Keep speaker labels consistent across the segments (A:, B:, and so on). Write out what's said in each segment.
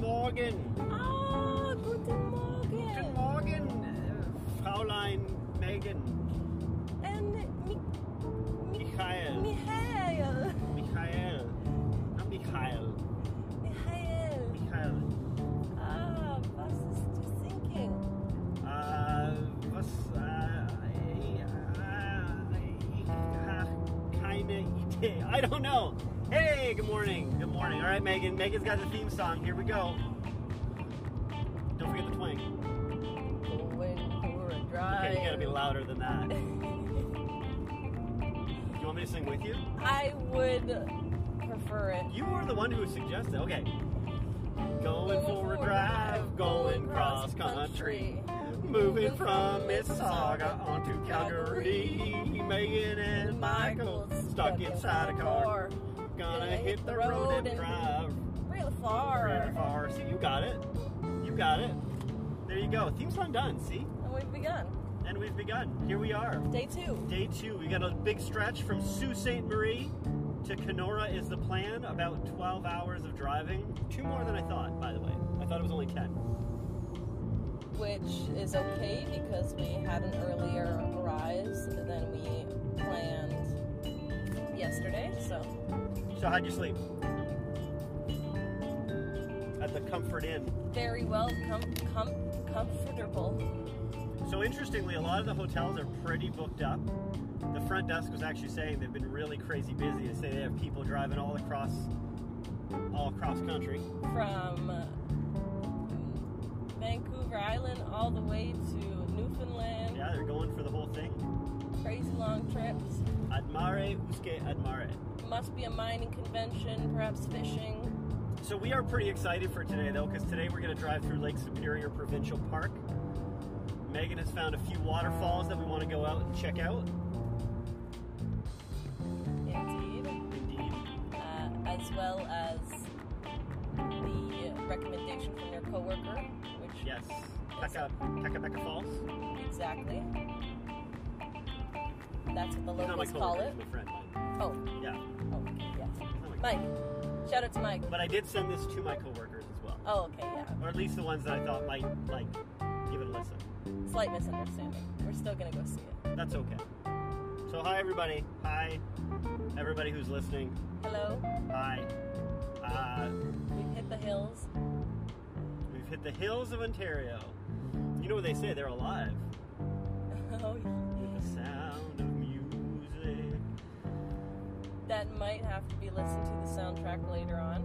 A: Morgen.
B: Ah, guten
A: Guten
B: Morgen.
A: Morgen, äh, Fräulein Megan.
B: And Äh, Mi- Mi-
A: Michael.
B: Michael.
A: Michael. Ah, Michael.
B: Michael.
A: Michael.
B: Ah, was ist du thinking?
A: Äh, was? Äh, ich, äh, ich hab keine Idee. I don't know. Hey, good morning. Good morning. All right, Megan. Megan's got the theme song. Here we go. Don't forget the twang.
B: Going for a drive.
A: Okay, you gotta be louder than that. Do you want me to sing with you?
B: I would prefer it.
A: You were the one who suggested. Okay. Going
B: Going
A: for a
B: for a
A: drive,
B: drive,
A: going
B: going
A: cross country,
B: cross-country,
A: moving
B: moving
A: from
B: from
A: Mississauga
B: Mississauga
A: onto
B: to
A: Calgary. Megan and Michael stuck inside a car. Gonna hit the road and drive
B: Real far.
A: really far. See, you got it. You got it. There you go. Theme song done. See,
B: And we've begun.
A: and we've begun. Here we are.
B: Day two.
A: Day two, we got a big stretch from Sault Ste. Marie to Kenora is the plan. About 12 hours of driving. Two more than I thought, by the way. I thought it was only 10.
B: which is okay because we had an earlier rise than we planned yesterday. So
A: So, how'd you sleep? At the Comfort Inn.
B: very well com- com- comfortable.
A: So, interestingly, a lot of the hotels are pretty booked up. The front desk was actually saying they've been really crazy busy. They say they have people driving all across, all across country.
B: From uh, Vancouver Island all the way to Newfoundland,
A: Yeah, they're going for the whole thing.
B: crazy long trips.
A: Admare, usque admare.
B: Must be a mining convention, perhaps fishing.
A: So we are pretty excited for today, though, because today we're going to drive through Lake Superior Provincial Park. Megan has found a few waterfalls that we want to go out and check out.
B: Indeed,
A: Indeed.
B: uh, as well as the recommendation from your coworker, which
A: Yes. Pekka, Pekka Pekka Falls.
B: Exactly. That's what the
A: He's not my
B: locals call
A: coworker,
B: it.
A: he's my friend. Mike.
B: Oh,
A: Yeah.
B: oh, yes.
A: he's not my
B: Mike. Shout out to Mike.
A: But I did send this to my coworkers as well,
B: Oh, okay, yeah.
A: or at least the ones that I thought might like give it a listen.
B: Slight misunderstanding. We're still gonna go see it.
A: That's okay. So hi everybody. Hi everybody who's listening.
B: Hello.
A: Hi. Uh,
B: We've hit the hills.
A: we've hit the hills of Ontario. You know what they say? They're alive.
B: Oh,
A: The sound of music.
B: that might have to be listened to the soundtrack later on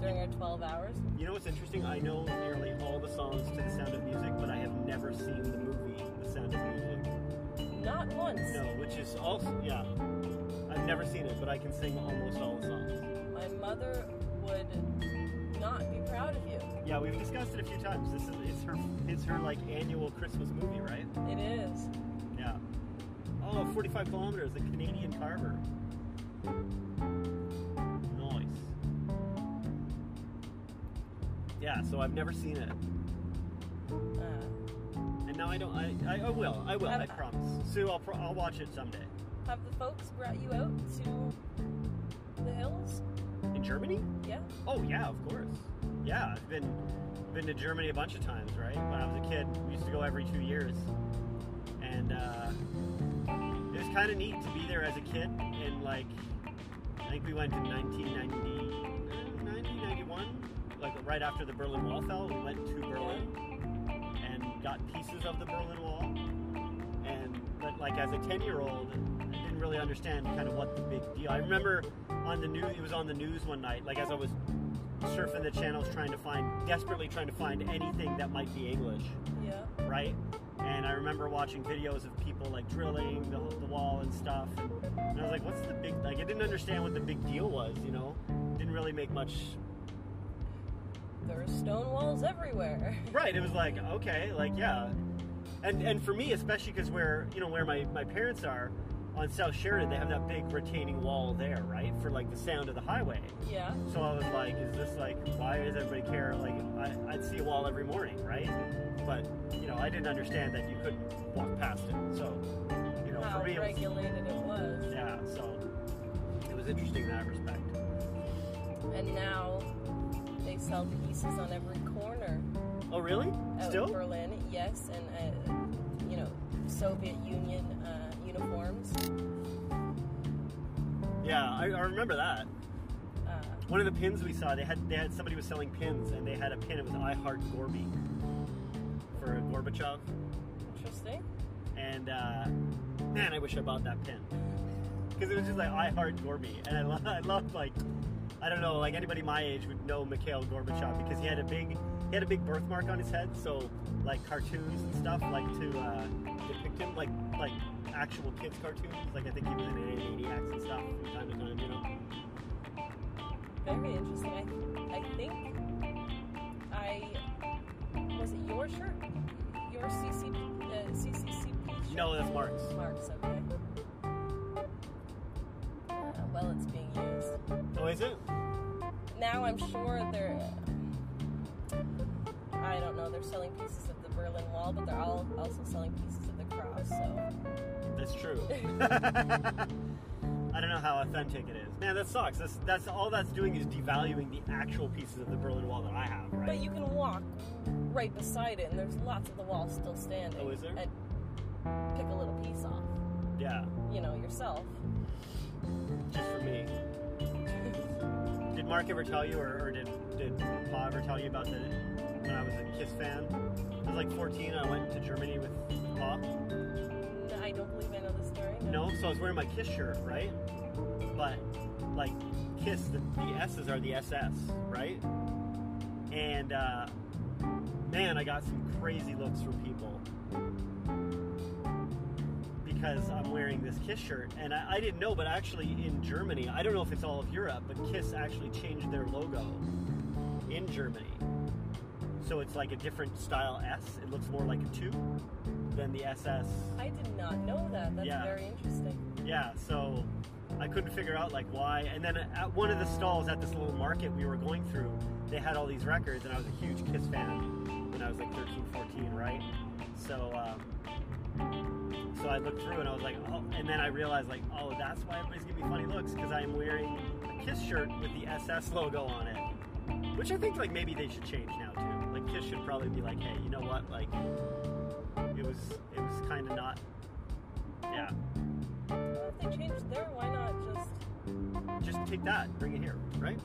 B: during our 12 hours.
A: You know what's interesting? I know nearly all the songs to The Sound of Music, but I have never seen the movie The Sound of Music.
B: Not once.
A: No, which is also yeah. I've never seen it, but I can sing almost all the songs.
B: My mother would not be proud of you.
A: Yeah, we've discussed it a few times. This is it's her it's her like annual Christmas movie, right?
B: It is.
A: Yeah. Oh, 45 kilometers, the Canadian Carver. Nice. Yeah, so I've never seen it.
B: Uh,
A: And now I don't. I, I, I will. I will. I,
B: Okay.
A: promise. Sue, I'll, pro- I'll watch it someday.
B: have the folks brought you out to the hills?
A: In Germany?
B: Yeah.
A: Oh yeah, of course. Yeah, I've been been to Germany a bunch of times. Right? When I was a kid, we used to go every two years, and uh, it was kind of neat to be there as a kid. And like, I think we went in 1990, 90, 91, like right after the Berlin Wall fell. We went to Berlin and got pieces of the Berlin Wall. And but like as a 10 year old, I didn't really understand kind of what the big deal. I remember on the news, it was on the news one night. Like as I was surfing the channels, trying to find, desperately trying to find anything that might be English,
B: Yeah.
A: right? And I remember watching videos of people like drilling the, the wall and stuff. And, I was like, what's the big? Like I didn't understand what the big deal was. You know, didn't really make much
B: There are stone walls everywhere.
A: Right. It was like, okay, like yeah, and and for me especially because where you know where my my parents are on South Sheridan, they have that big retaining wall there, right, for like the sound of the highway.
B: Yeah.
A: So I was like, is this like why does everybody care? Like I, I'd see a wall every morning, right? But you know I didn't understand that you couldn't walk past it. So you know
B: How
A: for me, it was,
B: regulated it was.
A: yeah. So it was interesting in that respect.
B: And now they sell pieces on every corner
A: Oh, really?
B: out in
A: Still?
B: Berlin. Yes, and uh, you know Soviet Union uh, uniforms.
A: Yeah, I, I remember that.
B: Uh,
A: One of the pins we saw, they had they had somebody was selling pins, and they had a pin. It was I Heart Gorby for Gorbachev,
B: interesting.
A: and uh, man, I wish I bought that pin because it was just like I Heart Gorby, and I love I loved like I don't know like anybody my age would know Mikhail Gorbachev because he had a big he had a big birthmark on his head, so like cartoons and stuff like to uh, depict him like like actual kids cartoons. Like I think he was in Maniacs and stuff from time to time, you know.
B: Very interesting. I, I think I was it your shirt, your CC, uh, CCCP shirt.
A: No, that's Mark's.
B: Marks. Okay. Uh, well, it's being used.
A: Oh, is it?
B: now I'm sure they're. I don't know. They're selling pieces of the Berlin Wall, but they're all also selling pieces of the cross. So
A: That's true. I don't know how authentic it is. Man, that sucks. That's that's all that's doing is devaluing the actual pieces of the Berlin Wall that I have, right?
B: But you can walk right beside it, and there's lots of the wall still standing.
A: Oh, is there?
B: And pick a little piece off,
A: yeah,
B: you know, yourself.
A: just for me. Did Mark ever tell you, or, or did did Pa ever tell you about the when I was a Kiss fan? I was like 14. I went to Germany with Pa.
B: No, I don't believe I know the story.
A: No, so I was wearing my Kiss shirt, right? But like Kiss, the, the S's are the SS, right? And uh, man, I got some crazy looks from people because I'm wearing this Kiss shirt, and I, I didn't know, but actually in Germany, I don't know if it's all of Europe, but Kiss actually changed their logo in Germany. So it's like a different style S. It looks more like a two than the SS
B: I did not know that. That's
A: Yeah.
B: very interesting.
A: yeah so i couldn't figure out like why and then at one of the stalls at this little market we were going through they had all these records and i was a huge kiss fan when i was like 13 14 right so um, so i looked through and i was like oh and then i realized like oh that's why everybody's giving me funny looks because i'm wearing a kiss shirt with the ss logo on it which i think like maybe they should change now too like kiss should probably be like hey you know what like it was it was kind of not yeah
B: Well, if they changed there, why not just
A: just take that, bring it here, right?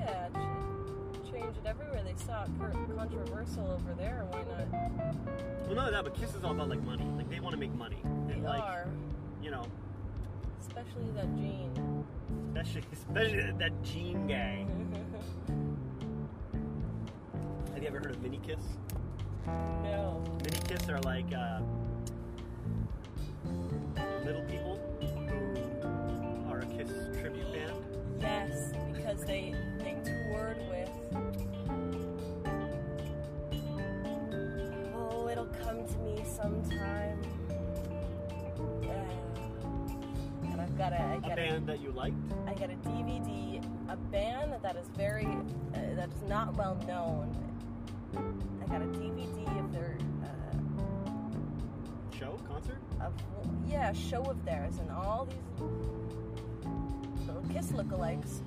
B: yeah ch- change it everywhere? They saw it per- controversial over there. Why not?
A: Well, not that, but Kiss is all about like money. Like they want to make money,
B: They
A: and like
B: are,
A: you know,
B: especially that gene.
A: especially especially that, that Gene guy. Have you ever heard of Mini Kiss?
B: no.
A: Mini Kiss are like uh, little people who are a Kiss tribute band.
B: Yes, because they they toured with. Oh, it'll come to me sometime. Uh, and I've got a I
A: A
B: got a,
A: band that you liked?
B: I got a DVD, a band that is very uh, that is not well known. I got a DVD of their. Uh,
A: Show? Concert?
B: of yeah, a show of theirs, and all these little Kiss lookalikes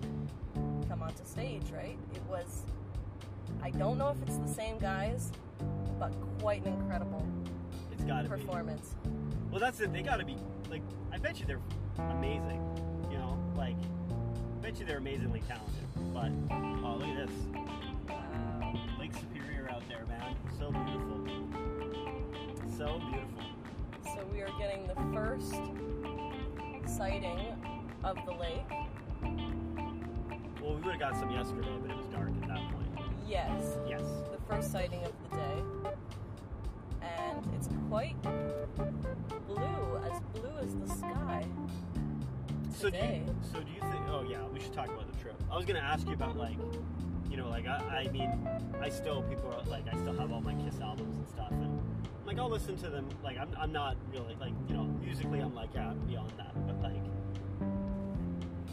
B: come onto stage. Right? It was. I don't know if it's the same guys, but quite an incredible
A: It's gotta be.
B: performance.
A: Well, that's it. They gotta be like. I bet you they're amazing. You know, like. I bet you they're amazingly talented. But oh, look at this.
B: Wow.
A: Lake Superior out there, man. So beautiful. So beautiful.
B: So we are getting the first sighting of the lake.
A: Well, we would have got some yesterday, but it was dark at that point.
B: Yes,
A: Yes.
B: the first sighting of the day, and it's quite blue, as blue as the sky.
A: So do
B: Today.
A: you, so do you think? Oh yeah, we should talk about the trip. I was gonna ask you about like, you know, like I, I mean, I still people are like I still have all my Kiss albums and stuff, and like I'll listen to them. Like I'm, I'm not really like you know musically I'm like yeah I'm beyond that, but like,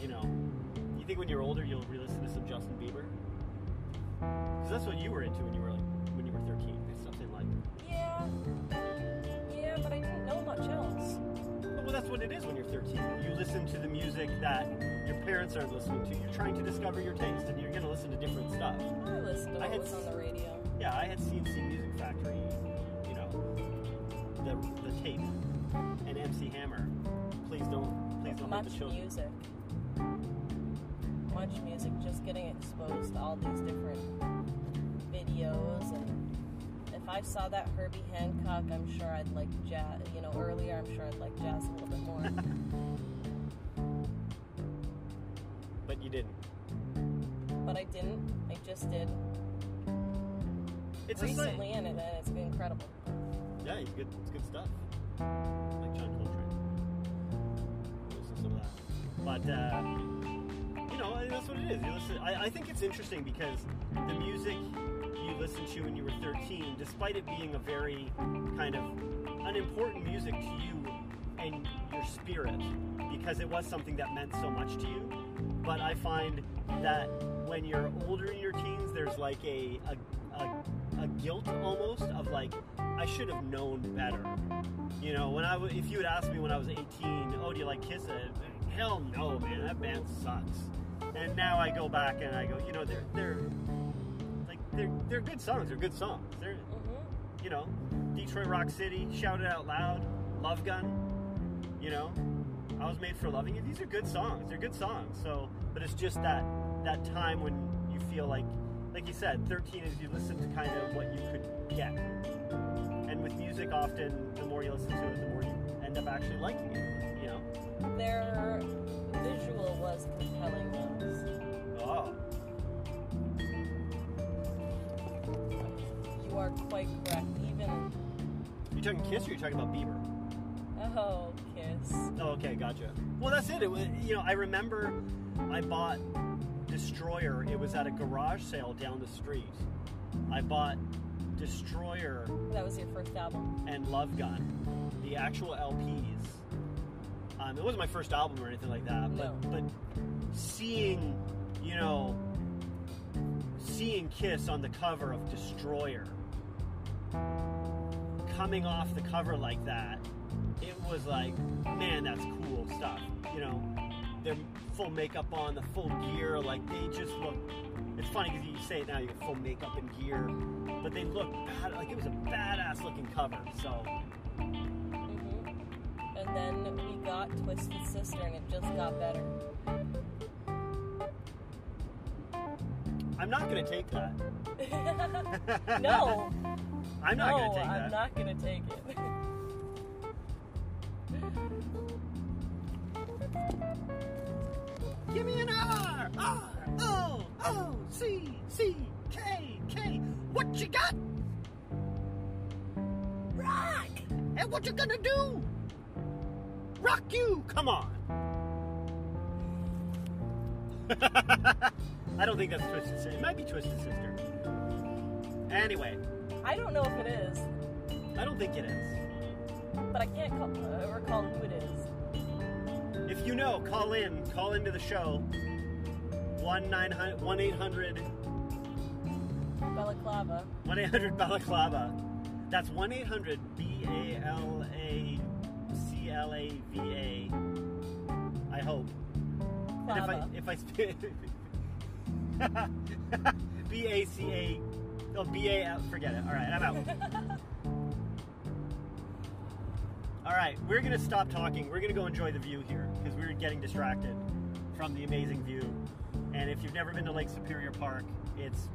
A: you know, you think when you're older you'll re-listen to some Justin Bieber? Because that's what you were into when you were like when you were 13, something like.
B: Yeah. Yeah, but I didn't know much else.
A: Well, that's what it is when you're 13. You listen to the music that your parents aren't listening to. You're trying to discover your taste, and you're going to listen to different stuff.
B: I listened to
A: I
B: what
A: had
B: was on the radio.
A: Yeah, I had CNC Music Factory, you know, the, the tape and MC Hammer. Please don't, please don't let the
B: Much
A: children.
B: music. Much music, just getting exposed to all these different videos. And if I saw that Herbie Hancock, I'm sure I'd like jazz, you know, earlier, I'm sure I'd like jazz a little bit more.
A: But you didn't.
B: but I didn't. I just did
A: It's
B: recently, and it, and it's been incredible.
A: a thing. Yeah, it's good. It's good stuff. Like John Coltrane. Listen to some of that. But uh, you know, and that's what it is. You listen. I, I think it's interesting because the music you listened to when you were 13, despite it being a very kind of unimportant music to you and your spirit, because it was something that meant so much to you. But I find that when you're older in your teens, there's like a a, a, a guilt almost of like I should have known better. You know, when I w- if you had asked me when I was 18, oh, do you like Kiss? I'd be, Hell no, man, that band sucks. And now I go back and I go, you know, they're they're like they're they're good songs. They're good songs. They're
B: Mm-hmm.
A: you know, Detroit Rock City, Shout It Out Loud, Love Gun, you know, I Was Made for Loving You. These are good songs. They're good songs. So, but it's just that that time when you feel like, like you said, 13 is you listen to kind of what you could get. And with music, often the more you listen to it, the more you end up actually liking it. You know,
B: Their visual was compelling. Though.
A: oh,
B: You are quite correct. Even
A: you're talking Kiss or you're talking about Bieber?
B: oh, kiss.
A: Oh, okay, gotcha. Well, that's it. It was, you know, I remember I bought Destroyer. It was at a garage sale down the street. I bought Destroyer
B: That was your first album.
A: and Love Gun, the actual LPs. Um, it wasn't my first album or anything like that, but but seeing, you know, seeing Kiss on the cover of Destroyer, coming off the cover like that, it was like, man, that's cool stuff. You know, their full makeup on, the full gear, like they just look. It's funny because you say it now, you have full makeup and gear, but they look bad, like it was a badass looking cover. So Mm-hmm.
B: hmm And then we got Twisted Sister, and it just got better.
A: I'm not gonna take that.
B: no,
A: I'm not
B: no,
A: gonna take
B: I'm
A: that.
B: not gonna take it.
A: Give me an R R O O C C K K. What you got? Rock. And what you gonna do? Rock you. Come on. I don't think that's Twisted Sister. It might be Twisted Sister. Anyway,
B: I don't know if it is,
A: I don't think it is.
B: but I can't call, uh, recall who it is.
A: If you know, call in. Call into the show. 1 900 1 800
B: Balaclava.
A: 1 800 Balaclava. That's 1 800 B A L A C L A V A. I hope. And if I,
B: Clava.
A: if I spit. B A C A. Oh, B A L. Forget it. Alright, I'm out. Alright, we're gonna stop talking. We're gonna go enjoy the view here because we're getting distracted from the amazing view. And if you've never been to Lake Superior Park, it's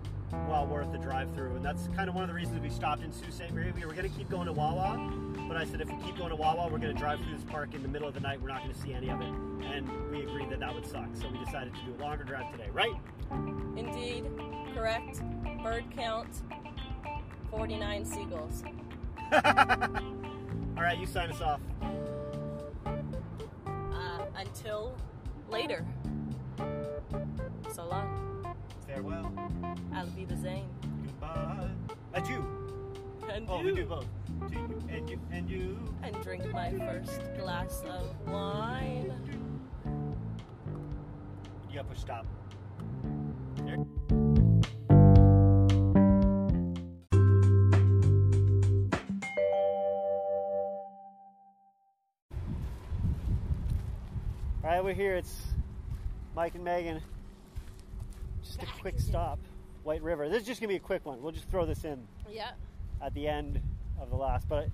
A: well worth the drive through. And that's kind of one of the reasons we stopped in Sault Ste. Marie. We were gonna keep going to Wawa, but I said if we keep going to Wawa, we're gonna drive through this park in the middle of the night. We're not gonna see any of it. And we agreed that that would suck. So we decided to do a longer drive today, right?
B: Indeed, correct. Bird count 49 seagulls.
A: Alright, you sign us off.
B: Uh, until later. So long.
A: Farewell.
B: I'll be the Zane.
A: Goodbye. Adieu.
B: And
A: Oh,
B: you.
A: we do both. To you and you and you.
B: and drink my first glass of wine.
A: You gotta push stop. Alright, we're here. It's Mike and Megan. Just a quick stop. White River. This is just gonna be a quick one. We'll just throw this in
B: Yeah.
A: at the end of the last. But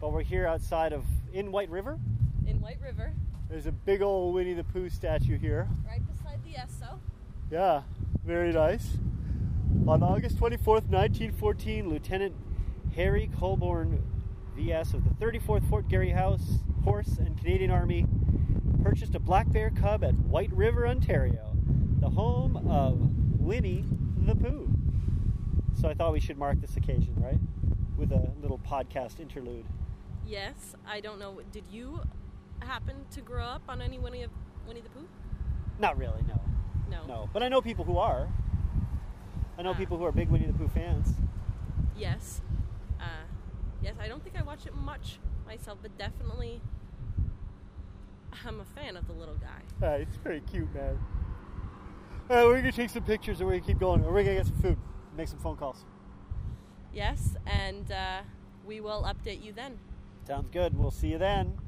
A: but we're here outside of in White River.
B: In White River,
A: There's a big old Winnie the Pooh statue here.
B: right beside the Esso.
A: Yeah, very nice. On August 24th, 1914, Lieutenant Harry Colborne, VS of the 34th Fort Garry House Horse and Canadian Army, purchased a black bear cub at White River, Ontario, the home of Winnie the Pooh. So I thought we should mark this occasion, right? With a little podcast interlude.
B: Yes, I don't know. Did you happen to grow up on any Winnie, of, Winnie the Pooh?
A: Not really, no.
B: No.
A: No. But I know people who are. I know
B: Ah.
A: people who are big Winnie the Pooh fans.
B: Yes. Uh, yes, I don't think I watch it much myself, but definitely I'm a fan of the little guy.
A: Ah, it's pretty cute, man. All right, we're gonna take some pictures and we're gonna keep going. Or we're gonna get some food, make some phone calls.
B: Yes, and uh, we will update you then.
A: Sounds good. We'll see you then.